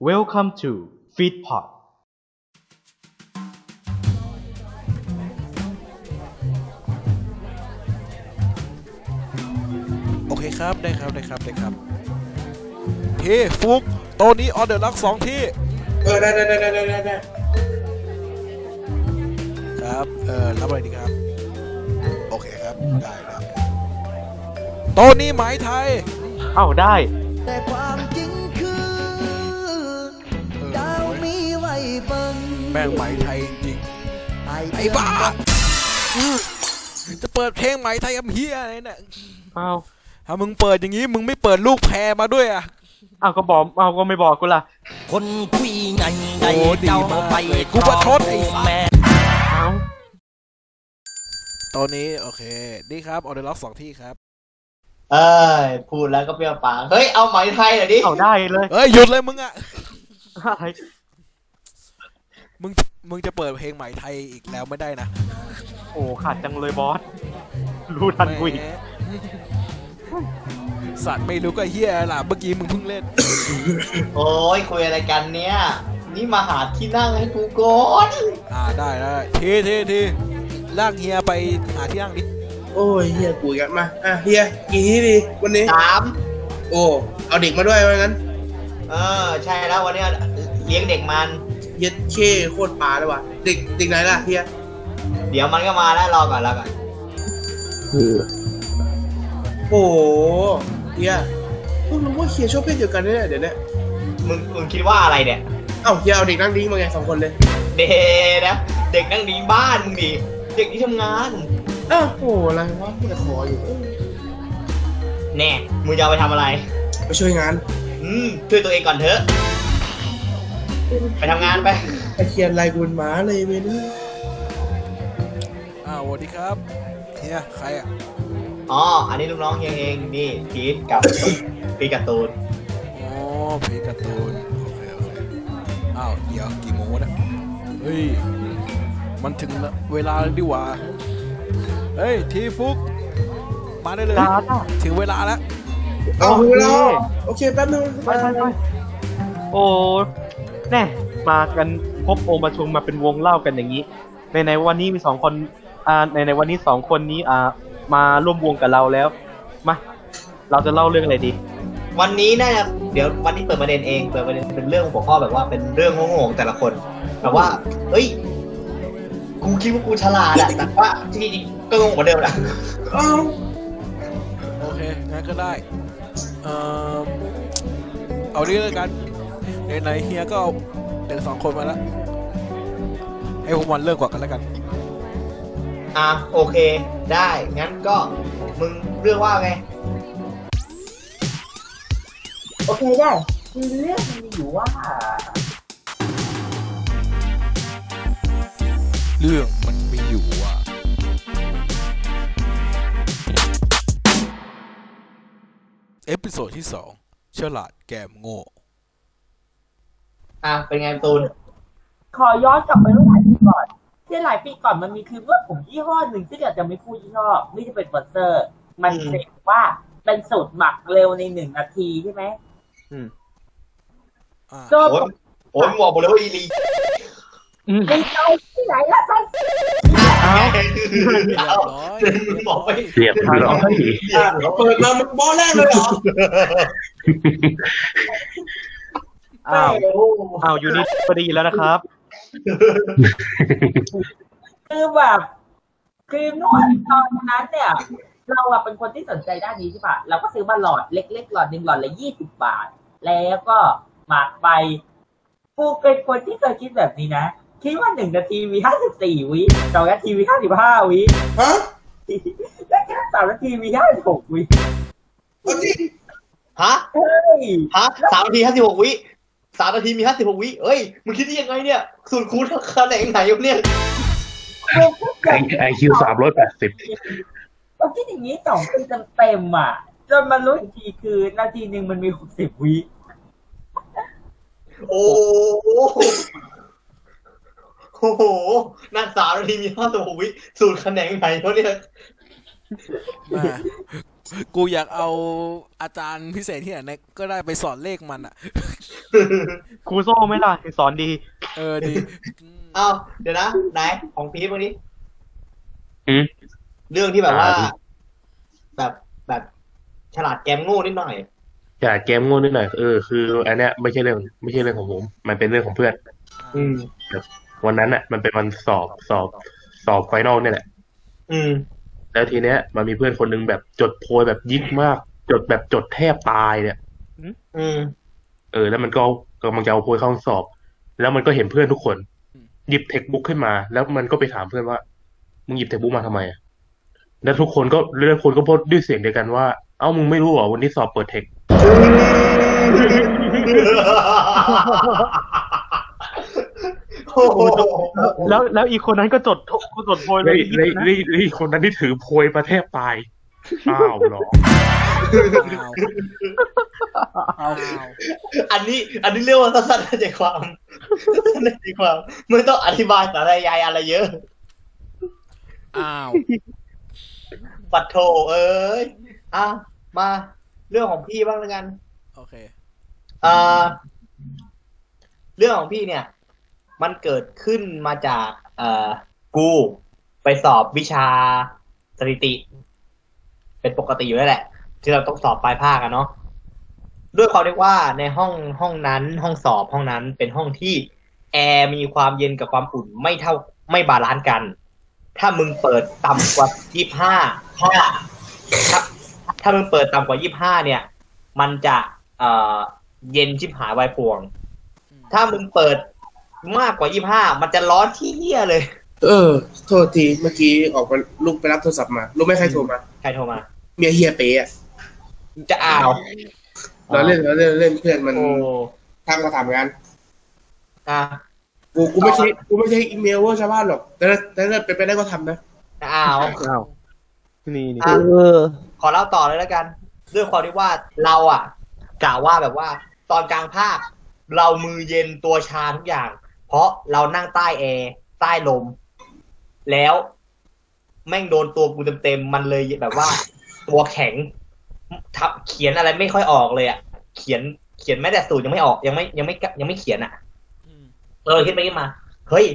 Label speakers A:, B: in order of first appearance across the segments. A: Welcome to Feedpot
B: โอเคครับ ได้ครับ ได้ครับ ได้ครับ เฮ้ฟุกโตัวนี้ออเดอร์ลักสองที่
C: เออได้ได้ได้ได้ได้ได้
B: ครับ เออรับอะไรดีครับ โอเคครับ ได้ครับโตัวนี้ไหมายไทย
A: เอ้าได้
D: แต่ความจริงคือ ดาวมีไว้เบิ่ง
B: แม่งไหมายไทยจริง
D: ไอ้
B: ไอ้บ้า จะเปิดเพลงไหมายไทยกับเฮียอะไรเนี่ย
A: เอ้า
B: ถ้ามึงเปิดอย่างนี้ มึงไม่เปิดลูกแพรมาด้วยอ่ะ
A: เอ้าก็บอกเอ้าก็ไม่บอกกูล่ะ
D: คนคุยไงไง
B: โอ้ดี
D: เจ้าม
B: าก
D: ไป
B: เลยกูประชดไอ้สัส
D: แม่
A: เอ้า
B: โตัวนี้ โอเค นี่ครับ ออเดอร์ลักสองที่ครับ
C: เอ้ยพูดแล้วก็เปรี้ยวปากเฮ้ยเอาไหมไทยหน่อยดิ
A: เอ้าได้เลย
B: เอ้ย หยุดเลยมึงอ่ะ
A: อะไร
B: มึง มึงจะเปิดเพลงไหมายไทยอีกแล้วไม่ได้นะ
A: โอ้ขาดจังเลยบอส รู้ทันกูอีก
B: แหมสัตว์ไม่รู้ก็เฮียล่ะ เมื่อกี้มึงเพิ่งเล่น
C: โอ้ยคุยอะไรกันเนี่ย นี่มาหาที่นั่งให้กูก่อน
B: อ่าได้ได้ทีทีทีลากเฮียไปหาที่นั่งดิ
E: โอ้ยเฮียกูอีกันมา อ่ะเฮียกี่ที่ดีวันนี้
C: สาม
E: โอ้เอาเด็กมาด้วยว่างั้น
C: เออ ใช่แล้ววันเนี้ยเลี้ยงเด็กมัน
E: เย็ดเช่โคตรปลาเลยว่ะเด็กเด็กไหนล่ะเฮีย
C: เดี๋ยวมันก็มาแล้วรอก่อนรอก่อน
E: โอ้โหเฮียพวกรู้ว่าเฮียชอบเพศเดียวกันเนี่ยเดี๋ยวเนี้
C: มึงมึงคิดว่าอะไรเนี่ย
E: เอ้าเฮียเอาเด็กนั่งดิ้งมาไงสองคนเลย
C: เด็กนะเด็กนั่งดีบ้านมึงดีเด็กที่ทำงาน
E: อ้าวโอ้โหอะไรวะเฮียขออยู่เอ้ย
C: แน่มึงจะเอาไปทำอะไร
E: ไปช่วยงาน
C: อืมช่วยตัวเองก่อนเถอะ ไปทำงานไป
E: ไอเฮียลายกุนหมาเลยเว้ยเนี่ย
B: อ่าสวัสดีครับ เฮียใครอ่ะ
C: อ๋อ อันนี้ลูกน้องเฮียเอง นี่พีทกับ พีทกับตูน
B: อ๋อเพลงการ์ตูนโอเคโอเคอ้าวเดี๋ยวกี่โมงวะเนี่ยเฮ้ยมันถึงเวลาแล้วดิว่าเฮ้ยทีฟุกมาได้เลย
A: จ้าจ้า
B: ถึงเวลาแล้ว
E: เอา
A: โอเค
E: เราโอเคแป๊บนึง
A: ไปไปไปโอ้แน่มากันพบองค์ประชุมมาเป็นวงเล่ากันอย่างนี้ ในในวันนี้มีสองคนอ่าในในวันนี้สองคนนี้อ่ามาร่วมวงกับเราแล้วมาเราจะเล่าเรื่องอะไรดี
C: วันนี้น่าจะเดี๋ยววันนี้เปิดประเด็นเอง เปิดประเด็นเป็นเรื่องหัวข้อแบบว่าเป็นเรื่องโง่ๆของแต่ละคน แบบว่า เอ้ย กูคิดว่ากูฉลาดอะแต่ว่าที่จริงก็โงงกว่าเดิมแหละ
E: เอ้า
B: โอเคงั้นก็ได้เอ่อเอาเรื่องแล้วกันไหนๆเฮียก็เอาเด็กสองคนมาแล้วให้พวกมันเลิกก่อนกันแล้วกัน
C: อ่ะโอเค ได้ งั้นก็ มึงเรื่องว่าไง
E: โอเคเปล่า
C: คือเรื่องมันมีอยู่ว่า
B: เรื่องมันมีอยู่ว่าเอพิโซดที่สองฉลาดแกมโง่
C: อ่ะเป็นไงตูน
F: ขอย้อนกลับไปเมื่อหลายปีก่อนที่หลายปีก่อนมันมีคลิปเลือดผมยี่ห้อหนึ่งซึ่งอาจจะไม่พูดยี่ห้อไม่จะเป็นสปอนเซอร์ มัน
C: อืม
F: เขียนว่าเป็นสูตรหมักเร็วในหนึ่งนาทีใช่ไหม
B: อ่า
F: ก็
C: โอ้ยโอ้ยมึงบอกผมเลยว่าอี ลี
A: อืม
F: ไม่เอาที่ไหนละสัน
B: เรียบ
C: เอา
B: ร้อย
C: มึงบอกไป
G: เรียบร้อย
E: อ่ะเราเปิดมามันบอลแรกเลยเหรอ
A: อ้าวอ้าวอยู่นี่พอดีแล้วนะครับ
F: คือแบบคือนวดตอนนั้นเนี่ย เราอะเป็นคนที่สนใจด้านนี้ใช่ปะเราก็ซื้อมาหลอดเล็กๆหลอดหนึ่งหลอดละยี่สิบบาท แล้วก็หมักไปกูเป็นคนที่เคยคิดแบบนี้นะคิดว่าหนึ่งนาทีมีห้าสิบสี่วิสองนาทีมีห้าสิบห้าวิ
E: ฮะ
F: ได้แค่สามนาทีมีห้าสิบหกวิ
E: เอาจริง
C: ฮะ
F: เฮ้ย
C: ฮะสามนาทีห้าสิบหกวิสามนาทีมีห้าสิบหกวิเอ้ย มึงคิดได้ยังไงเนี่ย สูตรคูณคะแนนไหนวะเนี่ย
G: ไอคิวสามร้อยแปดสิบ
F: เราคิดอย่างนี้สองปีเต็มๆอ่ะ จนมารู้อีกทีคือนาทีหนึ่งมันมีหกสิบวิ
C: โอ้โหโอ้โหนั่ นสามนาทีมีห้าสิบหกวิสูตรคะแนนไหนวะเนี่ย
B: มา กูอยากเอาอาจารย์พิเศษที่ไหนเนี่ยก็ได้ไปสอนเลขมันอ่ะ
A: ครูโซ่ไหม่ล่ะสอนดี
B: เออดี
C: เอ้าเดี๋ยวนะไหนของพีทวันนี้
G: อืม
C: เรื่องที่แบบว่า
G: อ่า
C: แบบแบบฉลาดแกมโง่นิดหน่อย
G: จากเกมโง่นิดหน่อยเออคืออันเนี้ยไม่ใช่เรื่องไม่ใช่เรื่องของผม มันเป็นเรื่องของเพื่อน
C: อืม
G: วันนั้นอ่ะ มันเป็นวันสอบสอบสอบไฟนอลเนี่ยแหละ
C: อืม
G: แล้วทีเนี้ยมันมีเพื่อนคนหนึงแบบจดโพยแบบยิกมาก จดแบบจดแทบตายเนี่ย
C: อืม
G: เออแล้วมันก็กำลังจะเอาโพยเข้าห้องสอบ แล้วมันก็เห็นเพื่อนทุกคน หยิบเทคบุ๊กขึ้นมา แล้วมันก็ไปถามเพื่อนว่ามึงหยิบเทคบุ๊กมาทำไมอะแล้วทุกคนก็เรื่อคนก็พูดด้วยเสียงเดียวกันว่า เอ้ามึงไม่รู้เหรอวันนี้สอบเปิดเทค
C: โอ้โห
A: แล้วแล้วอีกคนนั้นก็จดก็จดโพยเล
G: เลย ยเลยเลยเลยคนนั้นที่ถือโพยประเทศตายอ้าวเหรอ
B: เอาเอาเอา
C: อันนี้ อันนี้เรียกว่าสั้นๆ ใจความ สั้นๆใจความไม่ต้องอธิบายสารยายอะไรเยอะ
B: อ้าว
C: ปัดโถเอ้ยอ่ะมาเรื่องของพี่บ้างแล้วกัน
B: โอเค
C: เอ่อเรื่องของพี่เนี่ย มันเกิดขึ้นมาจาก เอ่อกูไปสอบวิชาสถิติ เป็นปกติอยู่แล้วแหละ ที่เราต้องสอบปลายภาคอะเนาะด้วยความที่ว่าในห้องห้องนั้น ห้องสอบห้องนั้นเป็นห้องที่แอร์มีความเย็นกับความอุ่นไม่เท่าไม่บาลานซ์กัน ถ้ามึงเปิดต่ำกว่ายี่ห้าถ้าถ้าถ้ามึงเปิดต่ำกว่ายี่ห้าเนี่ย มันจะเอ่อเย็นชิบหายวายพวง ถ้ามึงเปิดมากกว่ายี่ห้ามันจะร้อนที่เหี้ยเลย
E: เออ โทษที เมื่อกี้ออกมาลูกไปรับโทรศัพท์มา รู้ไหมใครโทรมา
C: ใครโทรมา
E: เมียเฮียเป๊ะ
C: จะอ้าว
E: เราเล่นเราเล่นเล่นเพื่อนมัน
C: โอ้
E: ทักมาถามงาน
C: อ่ะ
E: กูกูไม่ใช่กูไม่ใช่อีเมลเว่าชาวบ้านหรอก แต่ถ้าแต่ถ้าเป็นไปได้ก็ทำนะ
C: จะอ้าว
A: อ้าวนี่นี่
C: อ่ะขอเล่าต่อเลยแล้วกันด้วยความที่ว่าเราอ่ะกะว่าแบบว่า ตอนกลางภาค เรามือเย็นตัวชาทุกอย่าง เพราะเรานั่งใต้แอร์ใต้ลม แล้ว แม่งโดนตัวกูเต็มๆมันเลยแบบว่า ตัวแข็งทับเขียนอะไรไม่ค่อยออกเลยอ่ะ เขียนเขียนแม้แต่สูตรยังไม่ออกยังไม่ยังไม่ยังไม่เขียนอ่ะ เออคิดไปคิดมา เฮ้ย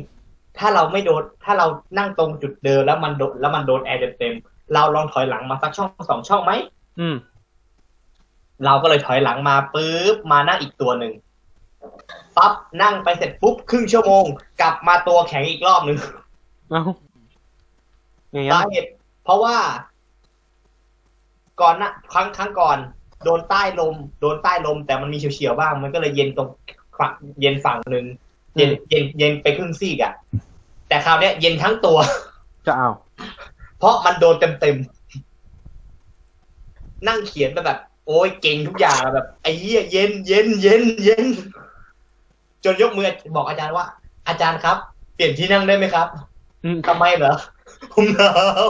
C: ถ้าเราไม่โดน ถ้าเรานั่งตรงจุดเดิมแล้วมันโดนแล้วมันโดนแอร์เต็มๆเราลองถอยหลังมาสักช่องสองช่องไหม
A: อืม
C: เราก็เลยถอยหลังมาปุ๊บมานั่งอีกตัวหนึ่งปั๊บนั่งไปเสร็จปุ๊บครึ่งชั่วโมง กลับมาตัวแข็งอีกรอบหนึ่ง
A: เอ้าไง
C: สา
A: อ่ะ
C: เหตุเพราะว่า ก่อนหนะครั้งครั้งก่อน โดนใต้ลม โดนใต้ลม แต่มันมีเฉียวๆบ้าง มันก็เลยเย็นตรงฝั่งเย็นฝั่งหนึ่งเย็นเย็นเย็นไปครึ่งซีกอะแต่คราวเนี้ยเย็นทั้งตัว
A: จะอ้าว
C: เพราะมันโดนเต็มๆ นั่งเขียนไปแบบ โอ้ยเก่งทุกอย่างแบบไอ้เหี้ยเย็นเย็นเย็นเย็น จนยกมือบอกอาจารย์ว่า อาจารย์ครับ เปลี่ยนที่นั่งได้ไหมครับ
A: อืม
C: ทำไมเหรอผมหนาว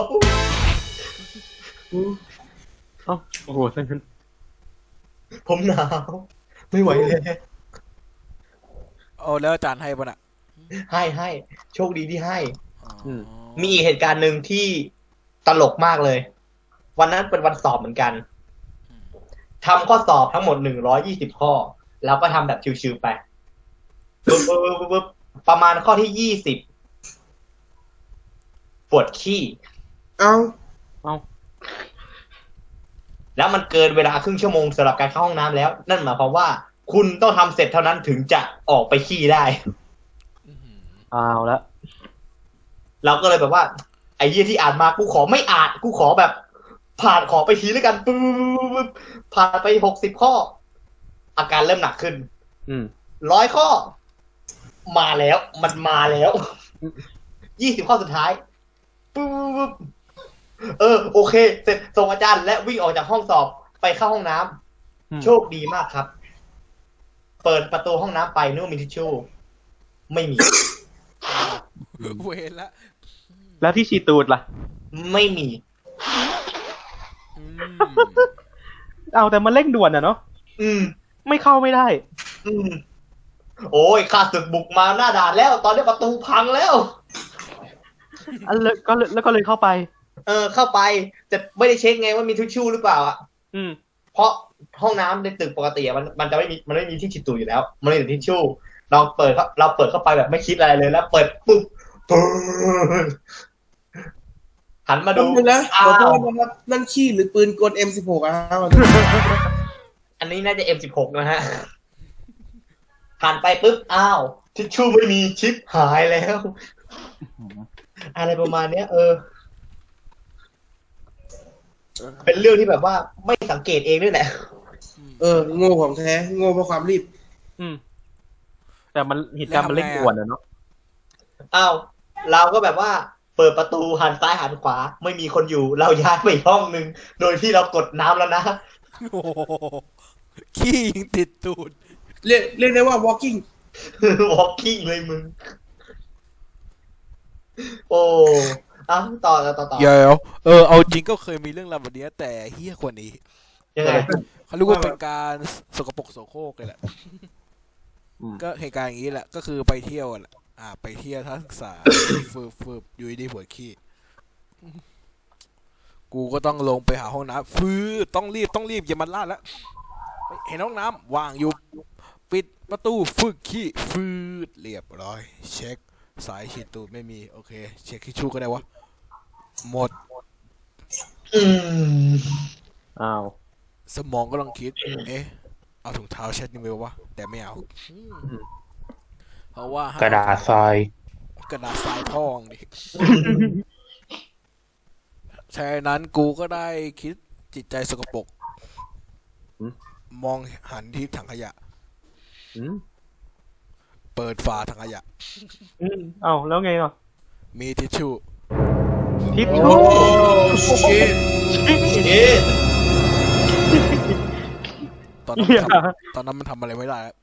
A: เอ้าโอ้โหทั้งนั้น
C: ผมหนาวไม่ไหวเลย
B: โอ้แล้วอาจารย์ให้ปะน่ะ
C: ให้ให้โชคดีที่ให้
B: อ๋อ
C: มีอีกเหตุการณ์หนึ่งที่ตลกมากเลย วันนั้นเป็นวันสอบเหมือนกันทำข้อสอบทั้งหมดหนึ่งร้อยี่สิบข้อ แล้วก็ทำแบบชิวๆไปปึ๊บปึ๊บปึ๊บปึ๊บประมาณข้อที่ยี่สิบปวดขี้
E: เอ้า
C: แล้วมันเกินเวลาครึ่งชั่วโมงสำหรับการเข้าห้องน้ำแล้ว นั่นหมายความว่า คุณต้องทำเสร็จเท่านั้นถึงจะออกไปขี้ได้
B: อื้อหือ
A: อ้าวละ
C: เราก็เลยแบบว่า ไอ้เยี่ยที่อ่านมากูขอไม่อ่านกูขอแบบ ผ่านขอไปทีแล้วกันปุ๊บปุ๊บผ่านไปหกสิบข้อ อาการเริ่มหนักขึ้น
A: อืม
C: ร้อยข้อ มาแล้วมันมาแล้วยี่สิบข้อสุดท้ายปุ๊บปุ๊บเออ โอเค เสร็จส่งอาจารย์และวิ่งออกจากห้องสอบไปเข้าห้องน้ำ
A: อืม
C: โชคดีมากครับ เปิดประตูห้องน้ำไปนึกว่ามีทิชชู่ไม่มี
B: เวรละ
A: แล้วที่ฉีดตูดล่ะ
C: ไม่มี
B: อืม
A: เอาแต่มันเร่งด่วนอ่ะเนาะ
C: อืม
A: ไม่เข้าไม่ได้
C: อืมโอ้ยข้าศึกบุกมาหน้าด่านแล้ว ตอนนี้ประตูพังแล้ว
A: อันเลยก็เลยแล้วก็เลยเข้าไป
C: เออ เข้าไป แต่ไม่ได้เช็คไงว่ามีทิชชู่หรือเปล่าอ่ะ
A: อืม
C: เพราะห้องน้ำในตึกปกติอะมันมันจะไม่มีมันไม่มีที่ฉีดตูดอยู่แล้ว มันมีแต่ทิชชู่เราเปิดเข้าเราเปิดเข้าไปแบบไม่คิดอะไรเลยแล้วเปิดปุ๊ บปึ้งหันมาดู
E: ดูนะ
C: อ้า
E: ขอโท
C: ว
E: ษนะครับนั่นขี้หรือปืนกล M16 อ้าว
C: อันนี้น่าจะ M16 นะฮะหันไปปุ๊บอ้าวทิชชู่ไม่มีชิปหายแล้ว อะไรประมาณเนี้ย เออ เป็นเรื่องที่แบบว่าไม่สังเกตเองด้วยแหละ
E: เออโง่ของแท้โง่เพราะความรีบ
A: อืม แต่มันเหตุการณ์มันเร่งด่วนอะเนาะ
C: อ้าวเราก็แบบว่าเปิดประตูหันซ้ายหันขวา ไม่มีคนอยู่ เราย้ายไปอีกห้องหนึ่งโดยที่เรากดน้ำแล้วนะ
B: โอ้โหขี้ยิงติดตูด
E: เรียกเรียกได้ว่า walking
C: walking เลยมึง โอ้อ้าวต่อต่อต่อต่อ
B: เดี๋ยวเออเอาจริงก็เคยมีเรื่องราวแบบเนี้ยแต่เฮี้ยกว่านี้
C: ยังไง
B: เขาเรียกว่าเป็นการสกปรกโสโครกเลยแหละก็เหตุการณ์อย่างนี้แหละ ก็คือไปเที่ยวอะแหละอ่า ไปเที่ยวทัศนศึกษา ฟืบฟืบอยู่ดีๆหัวขี้กูก็ต้องลงไปหาห้องน้ำฟืบต้องรีบต้องรีบอย่ามันลาดแล้วเห็นห้องน้ำว่างอยู่ ปิดประตูฝึกขี้ฟืดเรียบร้อย เช็ค สายฉีดตูดไม่มีโอเค เช็คขี้ชูก็ได้วะหมด
C: อืม
A: อ้าว
B: สมองก็ลองคิด เอ๊ะ เอาถุงเท้าเช็ดยังไงวะ แต่ไม่เอา เพราะว่าห้ม
G: กระดาษทราย
B: กระดาษทรายพอง ดิฉะนั้นกูก็ได้คิดจิตใจสกปรก
A: หืม
B: มองหันที่ถังขยะ
A: อืม
B: เปิดฝาถังขยะ
A: อืมอ้าวแล้วไงเนาะ
B: มีทิชชู่
A: ทิชชู่
E: ชิต
C: เอ๊ะ
B: ตอนนั้นมันท ำตอนนั้นมันทำอะไรไม่ได้แล้ว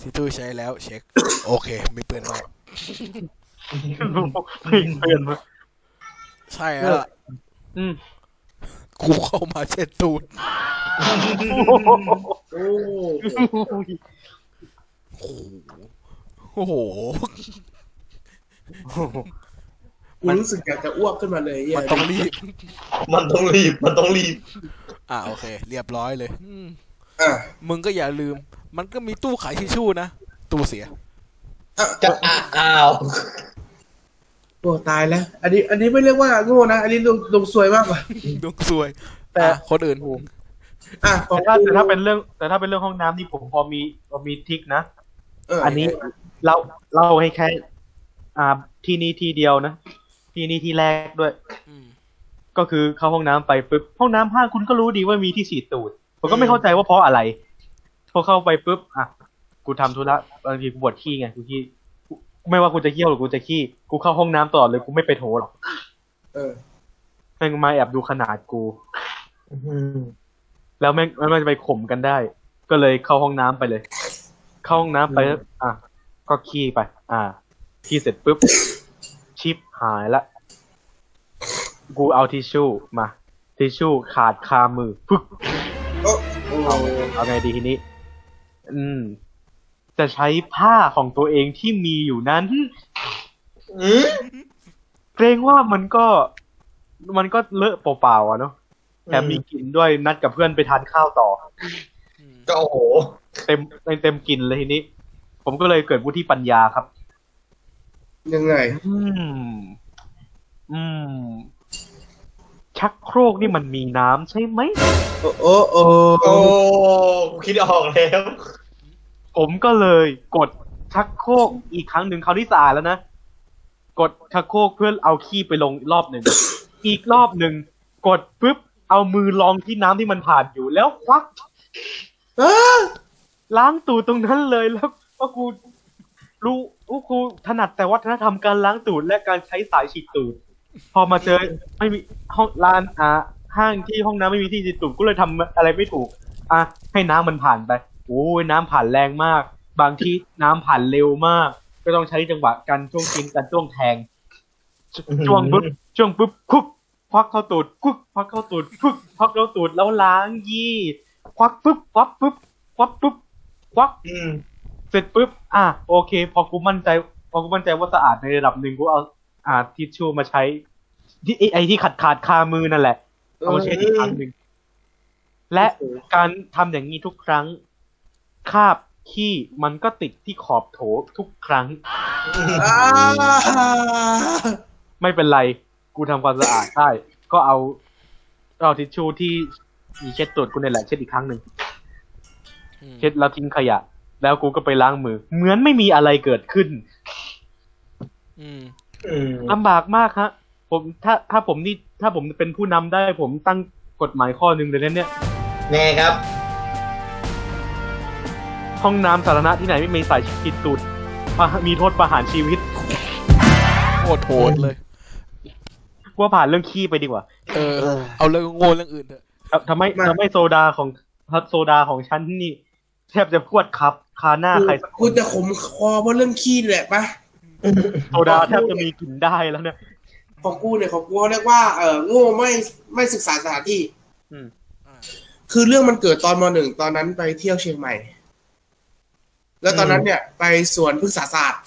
B: ทิชชู่ใช้แล้ว เช็ค โอเค มีเปือนมา
A: เปลี่ยนเปลี่ยนมา
B: ใช่แล้วล่ะ
A: อืม
B: กูเข้ามาเช็ดตูด
E: โอ้
B: โอ้โห
E: กูรู้สึกอยากจะอ้วกขึ้นมาเลยเหี้ย
B: มันต้องรีบ
C: มันต้องรีบ มันต้องรีบ
B: อ่าโอเค เรียบร้อยเลย
E: อ่ะ
B: มึงก็อย่าลืม มันก็มีตู้ขายทิชชู่นะ ตู้เสีย
E: อ่ะ
C: จะอ่ะอ้าว
E: โอ้ตายแล้ว อันนี้ อันนี้ไม่เรียกว่าโง่นะ อันนี้ลงลงซวยมากกว่า
B: ดวงซวย แต่ะคนอื่น
E: อ่ะขอ
A: แต่
E: ง
A: ถ้า
E: กู
A: แต่ถ้าเป็นเรื่อง แต่ถ้าเป็นเรื่องห้องน้ำนี่ผมพอมีพอมีทริกนะ
E: เออ
A: อันนี้เราเราให้แค่อ่าที่นี่ที่เดียวนะ ที่นี่ที่แรกด้วย
B: อืม
A: ก็คือเข้าห้องน้ำไปปุ๊บห้องน้ำห้างคุณก็รู้ดีว่ามีที่ฉีดตูดผมก็ไม่เข้าใจว่าเพราะอะไร พอเข้าไปปุ๊บอ่ะกูทำธุระบางทีกูปวดขี้ไงกูขี้กูไม่ว่ากูจะเยี่ยวหรือกูจะขี้กูเข้าห้องน้ำตลอดเลยกูไม่ไปโถหรอก
E: เออ
A: แม่งมาแอบดูขนาดกู
C: อืม
A: แล้วแม่งแมันจะไปข่มกันได้ ก็เลยเข้าห้องน้ำไปเลย เข้าห้องน้ำไปแล้วอ่ะก็ขี้ไป อ่าขี้เสร็จปุ๊บ ชิปหายละ กูเอาทิชชู่มาทิชชู่ขาดคามือปึ๊ก
E: โอ้โห
A: เอาไงดีทีนี้ อืม จะใช้ผ้าของตัวเองที่มีอยู่นั้น
C: อืม
A: เกรงว่ามันก็ มันก็เลอะเปล่าๆอะเนาะแถมมีกลิ่นด้วยนัดกับเพื่อนไปทานข้าวต่อ
C: ก็โอ้โห
A: เต็มเต็มกลิ่นเลยทีนี้ ผมก็เลยเกิดวุฒิปัญญาครับ
E: ยังไง
A: อืม อืม ชักโครกนี่มันมีน้ำใช่ไหม
E: โอ้โอ้โอ้
C: โอ้คิดออกแล้ว
A: ผมก็เลยกดชักโครกอีกครั้งหนึ่งคราวที่สามแล้วนะ กดชักโครกเพื่อเอาขี้ไปลงอีกรอบหนึ่ง อีกรอบหนึ่งกดปุ๊บเอามือลองที่น้ำที่มันผ่านอยู่แล้วควัก
E: อ้า
A: ล้างตูดตรงนั้นเลยแล้วก็กูรู้อู้กูถนัดแต่วัฒนธรรมการล้างตูดและการใช้สายฉีดตูด พอมาเจอไม่มีห้องร้านอ่าห้างที่ห้องน้ำไม่มีที่ฉีดตูดก็เลยทำอะไรไม่ถูก อ่ะให้น้ำมันผ่านไปโอ้ยน้ำผ่านแรงมาก บางที่น้ำผ่านเร็วมาก ก็ต้องใช้จังหวะการจ้วงกินการจ้วงแทงจจ้วงปุ๊บจ้วงปุ๊บคุกควักเข้าตูดคุกควักเข้าตูดคุกควักเข้าตูดแล้วล้างยี่ควักปุ๊บควักปุ๊บควักปุ๊บควัก
C: อืม
A: เสร็จปุ๊บ อ่ะโอเค พอกูมั่นใจ พอกูมั่นใจว่าสะอาดในระดับหนึ่งกูเอาอาทิชชู่มาใช้ ที่ไอ้ไอ้ที่ขาดขาดคามือนั่นแหละ เอามาใช้ที่ครั้งหนึ่งและการทำอย่างนี้ทุกครั้ง คาบขี้มันก็ติดที่ขอบโถทุกครั้ง
E: อ่า
A: ไม่เป็นไร กูทำความสะอาดได้ ก็เอาเอาทิชชู่ที่มีเช็ดตูดกูเนี่ยแหละเช็ดอีกครั้งหนึ่ง
B: อืม
A: เช็ดแล้วทิ้งขยะ แล้วกูก็ไปล้างมือ เหมือนไม่มีอะไรเกิดขึ้น
B: อืม
C: อืม
A: ลำบากมากฮะ ผมถ้าถ้าผมนี่ถ้าผมเป็นผู้นำได้ ผมตั้งกฎหมายข้อหนึ่งเลยนะเนี่ย
C: แน่ครับ
A: ห้องน้ำสาธารณะที่ไหนไม่มีสายฉีดตูดประมีโทษประหารชีวิต
B: โคตรโหดเลย
A: ว่าผ่านเรื่องขี้ไปดีกว่า
B: เออ เอาเรื่องโง่เรื่องอื่นเถอะ
A: ทำทำให้ทำให้โซดาของโซดาของฉันนี่ แทบจะพวดครับคาหน้าใครสักค
E: คุณ
A: น
E: จะขมคอเพราะเรื่องขี้นี่แหละปะ
A: โซดาแทบจะมีกลิ่นได้แล้วเนี่ย
E: ของกูเนี่ยของกูเขาเรียกว่าเออโง่ไม่ไม่ศึกษาสถานที่
A: อืม
E: คือเรื่องมันเกิดตอนมหนึ่งตอนนั้นไปเที่ยวเชียงใหม่ แล้วตอนนั้นเนี่ย ไปสวนพฤกษาศาสตร์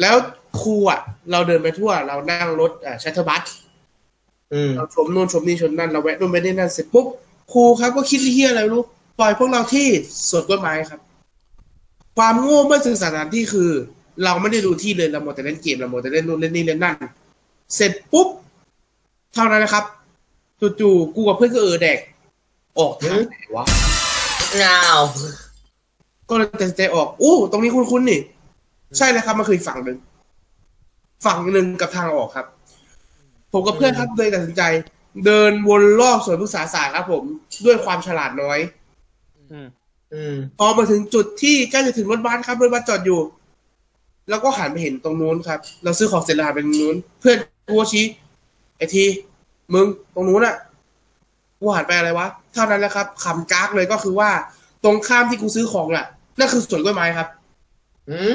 E: แล้วครูอ่ะ เราเดินไปทั่ว เรานั่งรถชัตเทอร์บัส
C: อืม
E: เราชมนู่นชมนี่ชมนั่นเราแวะนู่นไปนี่นั่นเสร็จปุ๊บครูครับก็คิดเฮียอะไรไม่รู้ปล่อยพวกเราที่สวนต้นไม้ครับ ความโง่เมื่อสื่อสารสถานที่คือ เราไม่ได้ดูที่เลยเราหมดแต่เล่นเกมเราหมดแต่เล่นนู่นเล่นนี่เล่นนั่น เสร็จปุ๊บเท่านั้นนะครับจู่ๆกูกับเพื่อนก็เออแดก ออกทางไหนวะ
C: งาว
E: ก็เลยตัดสินใจออกอู้ตรงนี้คุ้นๆนี่ ใช่แล้วครับมันคืออีกฝั่งหนึ่งฝั่งหนึ่งกับทางออกครับ ผมกับเพื่อนครับเลยตัดสินใจ เดินวนรอบสวนพฤกษาศาสตร์ครับผมด้วยความฉลาดน้อย
A: อืม
C: อืม
E: พอมาถึงจุดที่ใกล้จะถึงรถบัสครับรถบัสจอดอยู่ แล้วก็หันไปเห็นตรงนู้นครับ เราซื้อของเสร็จแล้วหันไปตรงนู้น เพื่อนกูก็ชี้ไอทีมึงตรงนู้นอะกูหันไปอะไรวะเท่านั้นแหละครับขำกากเลยก็คือว่า ตรงข้ามที่กูซื้อของน่ะนั่นคือสวนกล้วยไม้ครับ
C: อืม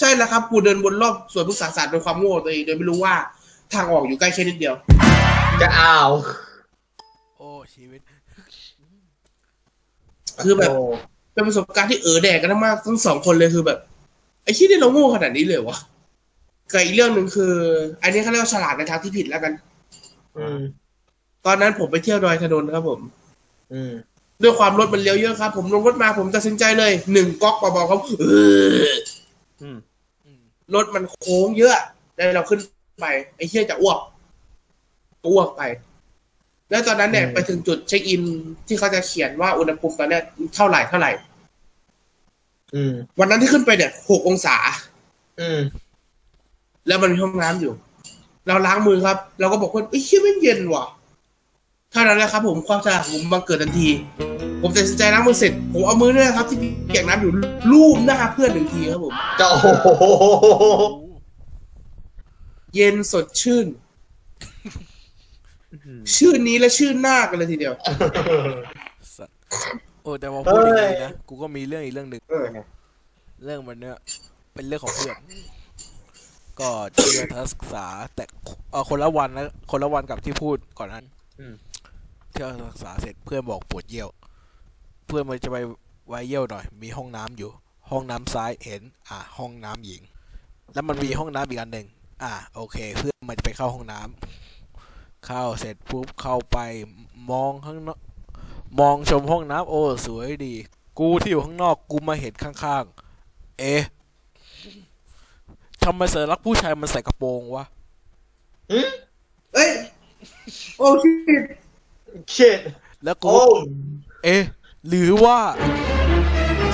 E: ใช่แล้วครับ กูเดินวนรอบสวนพฤกษาศาสตร์โดยความโง่ตัวเองโดยไม่รู้ว่าทางออกอยู่ใกล้แค่นิดเดียว
C: จะอ้าว
B: โอ้ชีวิต
E: คือแบบ
C: โ
E: เป็นประสบการณ์ที่เออแดกกันมากทั้งสองคนเลยคือแบบไอ้ที่นี่เราโง่ขนาดนี้เลยวะกับอีกเรื่องหนึ่งคือ อันนี้เขาเรียกว่าฉลาดในทางที่ผิดแล้วกัน
C: อืม
E: ตอนนั้นผมไปเที่ยวดอยถนนครับผม
C: อืม
E: ด้วยความรถมันเลี้ยวเยอะครับ ผมลงรถมาผมตัดสินใจเลยหนึ่งก๊อกเบาๆครับเออ
A: อืม
B: อืม
E: รถมันโค้งเยอะแล้วเราขึ้นไป ไอ้เที่ยจะอ้วกก็อ้วกไป แล้วตอนนั้นเนี่ย
C: อืม
E: ไปถึงจุดเช็คอิน ที่เขาจะเขียนว่าอุณหภูมิตอนเนี้ยเท่าไหร่เท่าไหร่
C: อืม
E: วันนั้นที่ขึ้นไปเนี่ยหกองศา
C: อืม
E: แล้วมันมีห้องน้ำอยู่ เราล้างมือครับ เราก็บอกว่าเอ้ยเชี่ยไม่งเย็นว่ะเท่านั้นแหละครับผมความฉลาดของผมบังเกิดทันที ผมตัดสินใจล้างมือเสร็จ ผมเอามือเนี่ยนะครับ ที่เปียกน้ำอยู่ลูบหน้าเพื่อนหนึ่งทีครับผม
C: จะโอ้โห
E: เย็นสดชื่น ชื่อนี้และชื่อหน้ากันเลยทีเดียว
B: สัตว์โอ้แต่ว่าพูดอย่างนี้นะ กูก็มีเรื่องอีกเรื่องหนึ่ง
E: เออ
B: เรื่องมันเนี่ยเป็นเรื่องของเพื่อน ก็เรียนทัศนศึกษา แต่เออคนละวันนะคนละวันกับที่พูดก่อนนั้น
A: อืม
B: เที่ยวทัศนศึกษาเสร็จเพื่อนบอกปวดเยี่ยว เพื่อนมันจะไปไวเยี่ยวหน่อย มีห้องน้ำอยู่ ห้องน้ำซ้ายเห็น อ่า ห้องน้ำหญิง แล้วมันมีห้องน้ำอีกอันหนึ่งอ่า โอเค เพื่อนมันจะไปเข้าห้องน้ำเข้าเสร็จปุ๊บเข้าไปมองข้างนอกมองชมห้องน้ำโอ้สวยดี กูที่อยู่ข้างนอกกูมาเห็นข้างๆ เอ๊ะทำไมเสอรักษณ์ผู้ชายมันใส่กระโปรงวะ
E: เอ้ย โอ้ชิต
C: เช็ด
B: แล้วกู
C: โอ้
B: เอ๊ะ หรือว่า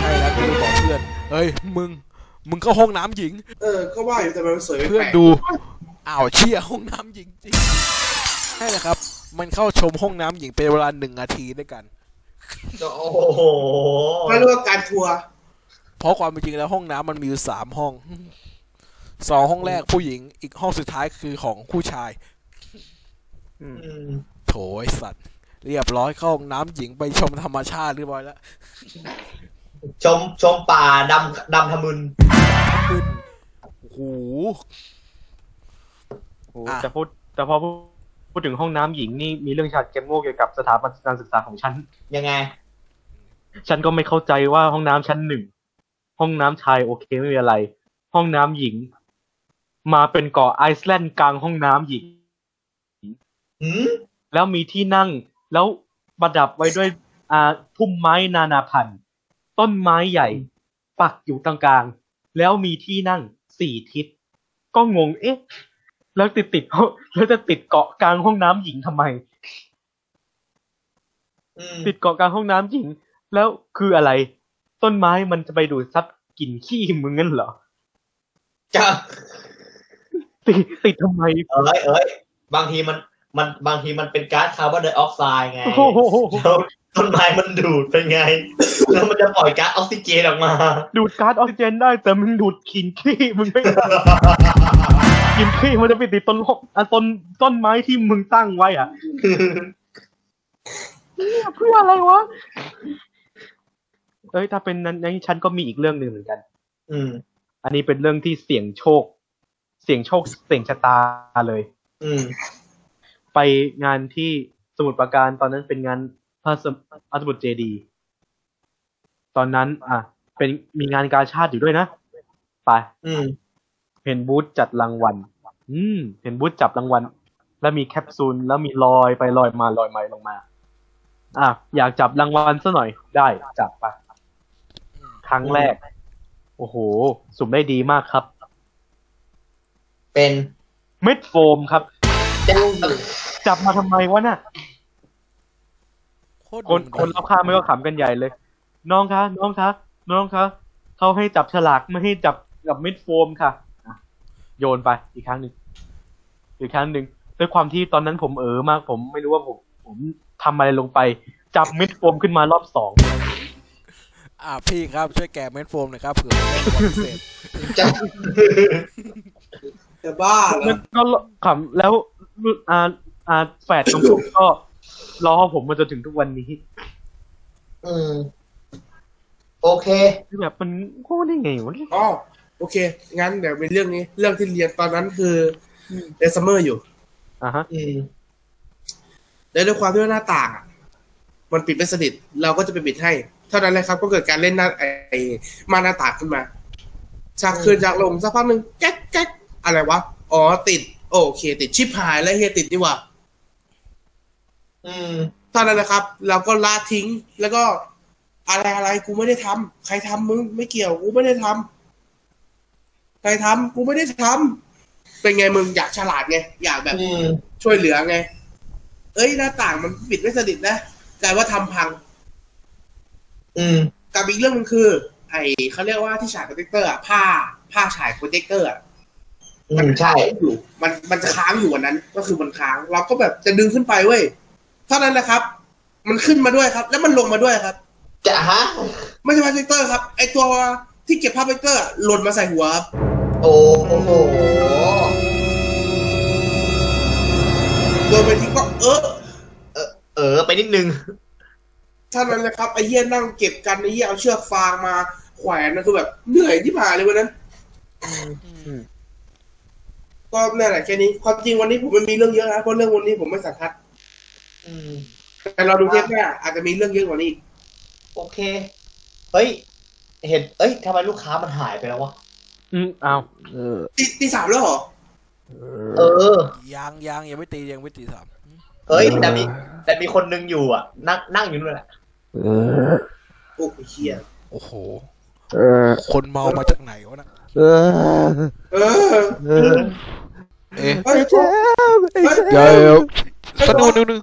B: ใช่แล้วกูบอกเพื่อน เฮ้ย มึง มึงเข้าห้องน้ำหญิง
E: เออ ก็ว่าอยู่แต่มันสวยไม่
B: เพื่อ
E: แป
B: น
E: ลก
B: ดู อ้าวเชี่ยห้องน้ำหญิงจริงใช่แหละครับ มันเข้าชมห้องน้ำหญิงเป็นเวลาหนึ่งนาทีด้วยกัน
C: จะโอ้โห
E: เขาเรียกว่าการทัวร์
B: เพราะความเป็นจริงแล้วห้องน้ำมันมีอยู่สามห้อง สองห้องแรกผู้หญิง อีกห้องสุดท้ายคือของผู้ชาย
C: อืม
B: โถไอ้สัตว์ เรียบร้อยเข้าห้องน้ำหญิงไปชมธรรมชาติเรียบร้อยแล้ว
C: ชม ชมป่าดำดำทะมึน
B: ขึ้นโอ้โห
A: โอ้
B: อ่ะ
A: แต่พูดแต่พอพูดพูดถึงห้องน้ำหญิงนี่มีเรื่องฉากเกมโง่เกี่ยวกับสถาบันการศึกษาของฉัน
C: ยังไง
A: ฉันก็ไม่เข้าใจว่าห้องน้ำชั้นหนึ่ง ห้องน้ำชายโอเคไม่มีอะไร ห้องน้ำหญิง มาเป็นเกาะไอซ์แลนด์กลางห้องน้ำหญิง
C: หืม
A: แล้วมีที่นั่งแล้วประดับไว้ด้วยอ่าพุ่มไม้นานาพันธุ์ต้นไม้ใหญ่ ปักอยู่ตรงกลาง แล้วมีที่นั่งสี่ทิศ ก็งง เอ๊ะ แล้วติดติด ๆแล้วจะติดเกาะกลางห้องน้ำหญิงทำไม
C: อืม
A: ติดเกาะกลางห้องน้ำหญิง แล้วคืออะไร ต้นไม้มันจะไปดูดซับกลิ่นขี้มึงงั้นเหรอ
C: จะ
A: ติดติดทำไม
C: เอ้ยเอ้ยบางทีมันมันบางทีมันเป็นก๊าซคาร์บอนไดออกไซด์ไง
A: โอ้โห
C: แล้วต้นไม้มันดูดเป็นไง แล้วมันจะปล่อยก๊าซออกซิเจนออกมา
A: ดูดก๊าซออกซิเจนได้แต่มึงดูดกลิ่นขี้มึงไม่ กลิ่นขี้มันจะไปติดต้นโลกอ่ะต้นต้นไม้ที่มึงตั้งไว้อ่ะ เนี่ยเพื่ออะไรวะ เอ้ยถ้าเป็นนั้นนั้นฉันก็มีอีกเรื่องหนึ่งเหมือนกัน
C: อืม
A: อันนี้เป็นเรื่องที่เสี่ยงโชค เสี่ยงโชคเสี่ยงชะตาเลย
C: อืม
A: ไปงานที่สมุทรปราการตอนนั้นเป็นงานพระสมอาสมุทรเจดีย์ตอนนั้น อ่ะ เป็นมีงานกาชาติอยู่ด้วยนะ ไป
C: อืม
A: เห็นบูธจัดรางวัล อืม เห็นบูธจับรางวัล แล้วมีแคปซูล แล้วมีลอยไปลอยมาลอยมาลงมา อ่ะ อยากจับรางวัลซะหน่อย ได้ จับไป ครั้งแรก โอ้โห สุ่มได้ดีมากครับ
C: เป็น
A: เม็ดโฟมครับ จับมาทำไมวะน่ะ
B: โคตร
A: คน
B: ดุ
A: คนรอบข้างไม่ก็ขำกันใหญ่เลย น้องคะ น้องคะ น้องคะเขาให้จับฉลากไม่ให้จับกับมิดโฟมค่ะอ่ะ โยนไปอีกครั้งหนึ่งอีกครั้งหนึ่งด้วยความที่ตอนนั้นผมเออมาก ผมไม่รู้ว่าผม ผมทำอะไรลงไป จับมิดโฟมขึ้นมารอบสอง
B: อ่ะพี่ครับช่วยแกะเม็ดโฟมหน่อยครับเผื่อผมได้ของพิเศษ
C: จะ
E: จะบ้าเหร
A: มั
E: อน
A: ก็ขำแล้วอ่าอ่าแฝดของผมก็รอผมมาจนถึงทุกวันนี้
C: อืม โอเค
A: คือแบบมันโง่ได้ไงวะเนี่ย
E: อ๋อโอเค งั้นเดี๋ยวเป็นเรื่องนี้ เรื่องที่เรียนตอนนั้นคือเรียนซัมเมอร์อยู่
A: อ่ะฮะ
C: อืม
E: แล้วด้วยความที่ว่าหน้าต่างอะมันปิดไม่สนิทเราก็จะไปปิดให้ เท่านั้นเลยครับ ก็เกิดการเล่นหน้าไอ้มาหน้าต่างขึ้นมาชักขึ้นจากลงสักพักหนึ่งแก๊กแก๊กอะไรวะ อ๋อติด โอเค ติดชิบหายแล้วเฮียติดดีกว่า
C: อืม
E: เท่านั้นนะครับ เราก็ละทิ้งแล้วก็อะไรอะไรกูไม่ได้ทำใครทำมึงไม่เกี่ยวกูไม่ได้ทำใครทำกูไม่ได้ทำเป็นไงมึงอยากฉลาดไงอยากแบบ
C: อืม
E: ช่วยเหลือไง เอ้ยหน้าต่างมันปิดไม่สนิทนะกลายว่าทำพัง
C: อืม
E: กับอีกเรื่องหนึงคือ ไอเขาเรียกว่าที่ฉายโปรเจคเตอร์อะผ้าผ้าฉายโปรเจคเตอร์อะ
C: อืม ใช่
E: อยู่ มันมันจะค้างอยู่วันนั้น ก็คือมันค้าง เราก็แบบจะดึงขึ้นไปเว้ยเท่านั้นแหละครับ มันขึ้นมาด้วยครับ แล้วมันลงมาด้วยครับ
C: จะฮะ
E: ไม่ใช่โปรเจคเตอร์ครับ ไอตัวที่เก็บภาพโปรเจคเตอร์อะหล่นมาใส่หัวครับ
C: โอ้โห
E: โดนไปที่ก็เออ
C: เออ ไปนิดนึง
E: เท่านั้นแหละครับไอเหี้ยนั่งเก็บกันไอเหี้ยเอาเชือกฟางมาแขวนนะคือแบบเหนื่อยที่ผ่ายเลยวันนั้น ก็นั่นแหละแค่นี้ความจริงวันนี้ผมมันมีเรื่องเยอะนะเพราะเรื่องวันนี้ผมไม่สันทัด
C: อืม
E: แต่เราดูเทปหน้าอาจจะมีเรื่องเยอะกว่านี้อีก
C: โอเค เฮ้ย เห็น เอ้ยทำไมลูกค้ามันหายไปแล้ววะ
A: อืมเอา
B: เออ
E: ตีตีสามแล้วเหรอ
C: เออ
B: ยังยังยังไม่ตียังไม่ตีสาม
C: เฮ้ย แต่มี แต่มีคนนึงอยู่อ่ะ นั่ง นั่งอยู่นู่นแหละ
E: โอ้โหเฮีย
B: โอ้โหคนเมามาจากไหนวะนะ
E: เออ
B: เอ๊ะ
E: เฮ้ยโอ้เฮ้ย
B: เดี๋ยวสะดุ้งนิดนึง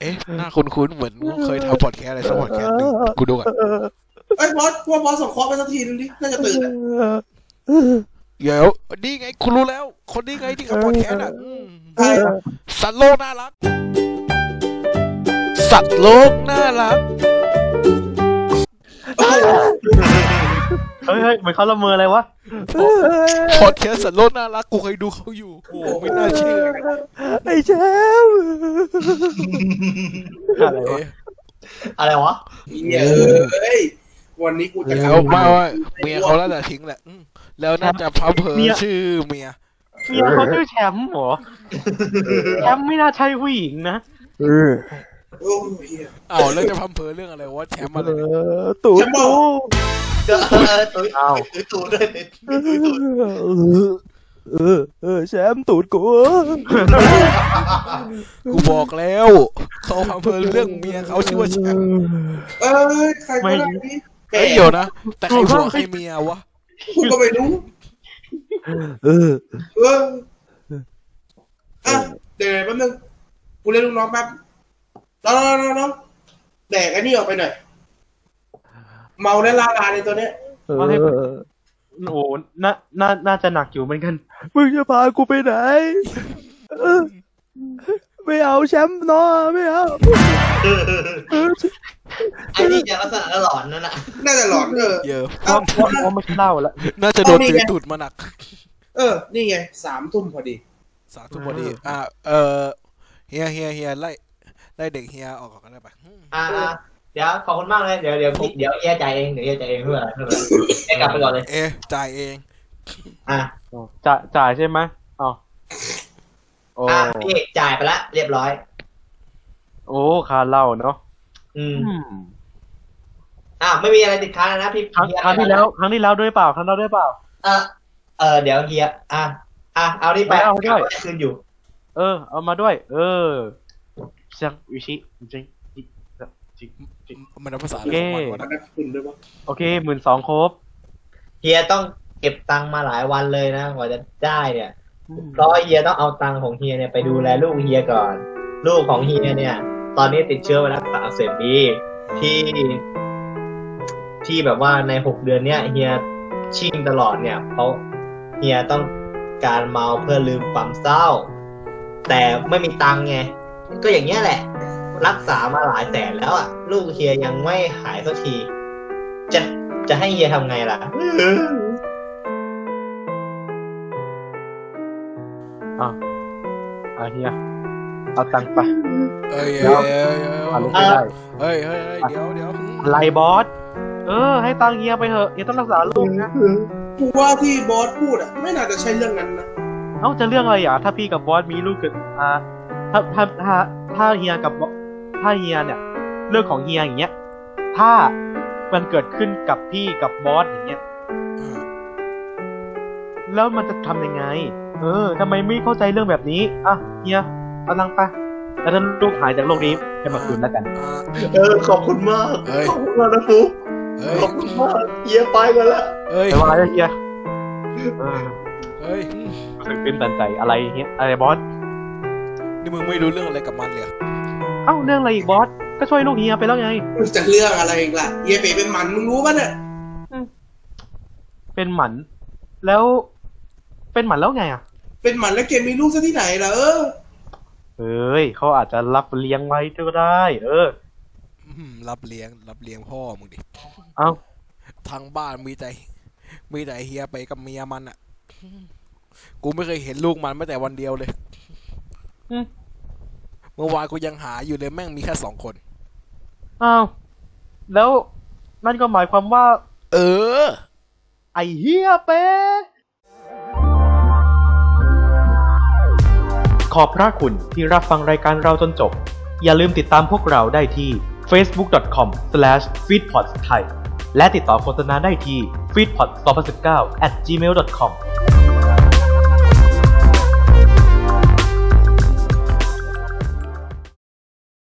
B: เอ๊ะหน้าคุ้นๆเหมือนเคยทำพอดแคสต์อะไรสักพอดแคสต์หนึ่งกูดูก่อน
E: เฮ้ยบอสว่าบอสส่งเคราะห์ไปสักทีนึงดิน่าจะตื่นอะ
B: เดี๋ยวนี่ไงคุณรู้แล้ว คนนี้ไงที่ทำพอดแคสต์อ่ะอืม
E: ใช่
B: สัตว์โลกน่ารัก สัตว์โลกน่ารัก
E: โอ้โห
A: เฮ้ยเฮ้ยเหมือนเขาละเมออะไรวะ
B: พอดแคสต์สัตว์โลกน่ารัก กูเคยดูเขาอยู่ โอ้โหไม่น่าเชื่อ
A: อะไรวะ
B: เอ๊ะ
C: อะไรวะ
E: เหี้ยเอ้ยวันนี้กูจะ
B: เดี๋ยวมาว่าเมียเขาน่าจะทิ้งแหละอืมแล้วน่าจะพับเพอ
A: เมีย
B: ชื่อเมีย
A: เมียเขาชื่อแชมป์เหรอ แช มป์ไม่น่าใช่ผู้หญิงนะ
E: โอ้โหเฮีย
B: อ้าวแล้วจะพับเพอเรื่องอะไรวะแชมป์อะไรเนี่ย
E: จะบอก
C: เออ ตุ้ย
A: อ้าว
C: ตุ้ยตุ้ยด้วยตุ้ยตุ้ย
H: เออเออแชมป์ตูดกู
B: กูบอกแล้ว เขาอำเภอเรื่องเมียเขาชื่อว่าแชมป์
E: เอ้ยใครก็ได้นี่
B: เฮ้ยเดี๋ยวนะ แต่ใครผัวใครเมียวะ
E: กูก็ไม่รู้
H: เออ
E: เอออ่ะเดี๋ยวๆแป๊บนึงกูเรียกลูกน้องแป๊บน้องน้องน้องแบกไอ้นี่ออกไปหน่อย เมาและลาลาในตัวเนี้ย
H: เอ
A: เอาให้ผม
H: อ
A: โอ้น่าน่าน่าจะหนักอยู่เหมือนกัน
H: มึงจะพากูไปไหนเออไม่เอาแชมป์เนาะไม่เอาเออ
C: ไอ้นี่จะลักษณะหลอนนั่นแหละ
E: น่าจะหลอนเออ
B: เยอะ
A: เพราะเพราะเพราะมันเล่าแล้ว
B: น่าจะโดน
E: เอานี่
B: ตี
E: ไง
B: ตูดมาหนัก
E: เออ นี่ไง สามทุ่มพอดี
B: สาธุพอดี อ่า เออเฮียเฮียเฮียไล่ไล่เด็กเฮียออกก่อนก็ได้ปะ
C: อ่าเดี๋ยวขอบคุณมากเลยเดี๋ยวเดี๋ยวพี่เดี๋ยวแย่ใจายเองเดี๋ยวแย่ใจายเองเพื่อเพื่อแย่กลับไปก่อนเลย
B: เอะจ่ายเอง
C: อ่ะ
A: จ่ายจ่ายใช่ไหมอ๋อโอ้
C: อ่ะพี่จ่ายไปละเรียบร้อย
A: โอ้คาเหล่าเนาะ
C: อืมอ่ะไม่มีอะไรติดค้างแล้วนะพี่
A: ครั้งครั้งที่แล้ว ครั้งที่แล้วด้วยเปล่า ครั้งแล้วด้วยเปล่า
C: เออเออเดี๋ยวเฮียอ่ะอ่ะเอานี่ไป
A: ไม่เอาด้วย
C: คืนอยู่
A: เออ เอามาด้วย เออจังวิชิจริงจิจังจิจิ
B: มันเอาภาษาอะไร
A: เย่
B: ของมันวะ
E: มา
B: นะ
E: นับคุณด้วยวะ
A: โอเคหมื่นสองครบ
C: เฮียต้องเก็บตังค์มาหลายวันเลยนะกว่าจะได้เนี่ยเพราะเฮียต้องเอาตังค์ของเฮียเนี่ยไปดูแลลูกเฮียก่อน ลูกของเฮียเนี่ย ตอนนี้ติดเชื้อไวรัสตับอักเสบบีที่ ที่แบบว่าในหกเดือนเนี่ยเฮียชิ่งตลอดเนี่ย เพราะเฮียต้องการเมาเพื่อลืมความเศร้า แต่ไม่มีตังค์ไงก็อย่างเงี้ยแหละ รักษามาหลายแสนแล้วอ่ะ ลูกเฮียยังไม่หายสักที จะจะให้เฮียทำไงล่ะ
A: อ่ะเฮียเอาตังค์ไป
B: เอ้ย
A: แล้
B: เอ้ยว เอ้ย
A: อ่ะลุกไม่ได้
B: เอ้ยเอ้ยเอ้ยเดี๋ยวเดี๋ยว
A: อะไรบอส เออ ให้ตังค์เฮียไปเถอะเฮียต้องรักษาลูกนะ
E: กูว่าที่บอสพูดอ่ะ ไม่น่าจะใช่เรื่องนั้นนะ
A: เอ้าจะเรื่องอะไรอ่ะ ถ้าพี่กับบอสมีลูกกันอ่าถ้าถ้าถ้าถ้าเฮียกับบอสถ้าเฮียเนี่ย เรื่องของเฮียอย่างเงี้ย ถ้ามันเกิดขึ้นกับพี่กับบอสอย่างเงี้ย แล้วมันจะทำยังไง เออทำไมไม่เข้าใจเรื่องแบบนี้ อ่ะเฮียเอาลังไปแล้วถ้าลูกหายจากโลกนี้ให้มาคืนแล้วกัน
B: อ่ะ
C: เออขอบคุณมาก
B: เอ้ย
C: ขอบคุณมากนะฟุ๊ก
B: เอ้ย
C: ขอบคุณมากเฮียไปกันละ
B: เอ้ย
A: แต่ว่าอะไรนะเฮียเออ
B: เอ้ย
A: รู้สึกเป็นตันใจอะไรเฮียอะไรบอส
B: นี่มึงไม่รู้เรื่องอะไรกับมันเลยเหรอ
A: เอ้าเรื่องอะไรอีกบอส ก็ช่วยลูกเฮียไปแล้วไง
E: จะเรื่องอะไรอีกล่ะเยเป๋เป็นหมันมึงรู้ป่ะเนี่ย
A: เป็นหมัน แล้ว เป็นหมันแล้วไงอ่ะ
E: เป็นหมันแล้วเกมมีลูกซะที่ไหนล่ะเออ
A: เอ้ยเขาอาจจะรับเลี้ยงไว้ก็ได้ เออ
B: อื้อหือรับเลี้ยงรับเลี้ยงพ่อมึงดิ
A: เอ้า
B: ทางบ้านมีแต่มีแต่เฮียไปกับเมียมันอ่ะ กูไม่เคยเห็นลูกมันแม้แต่วันเดียวเลย
A: อืม
B: เมื่อวานกูยังหาอยู่เลยแม่งมีแค่สองคน
A: เอ้าแล้วนั่นก็หมายความว่า
B: เออ
A: ไอเฮียเป้ขอบพระคุณที่รับฟังรายการเราจนจบ อย่าลืมติดตามพวกเราได้ที่ facebook.com/feedpods thai และติดต่อโฆษณาได้ที่ feedpods2019 at gmail.com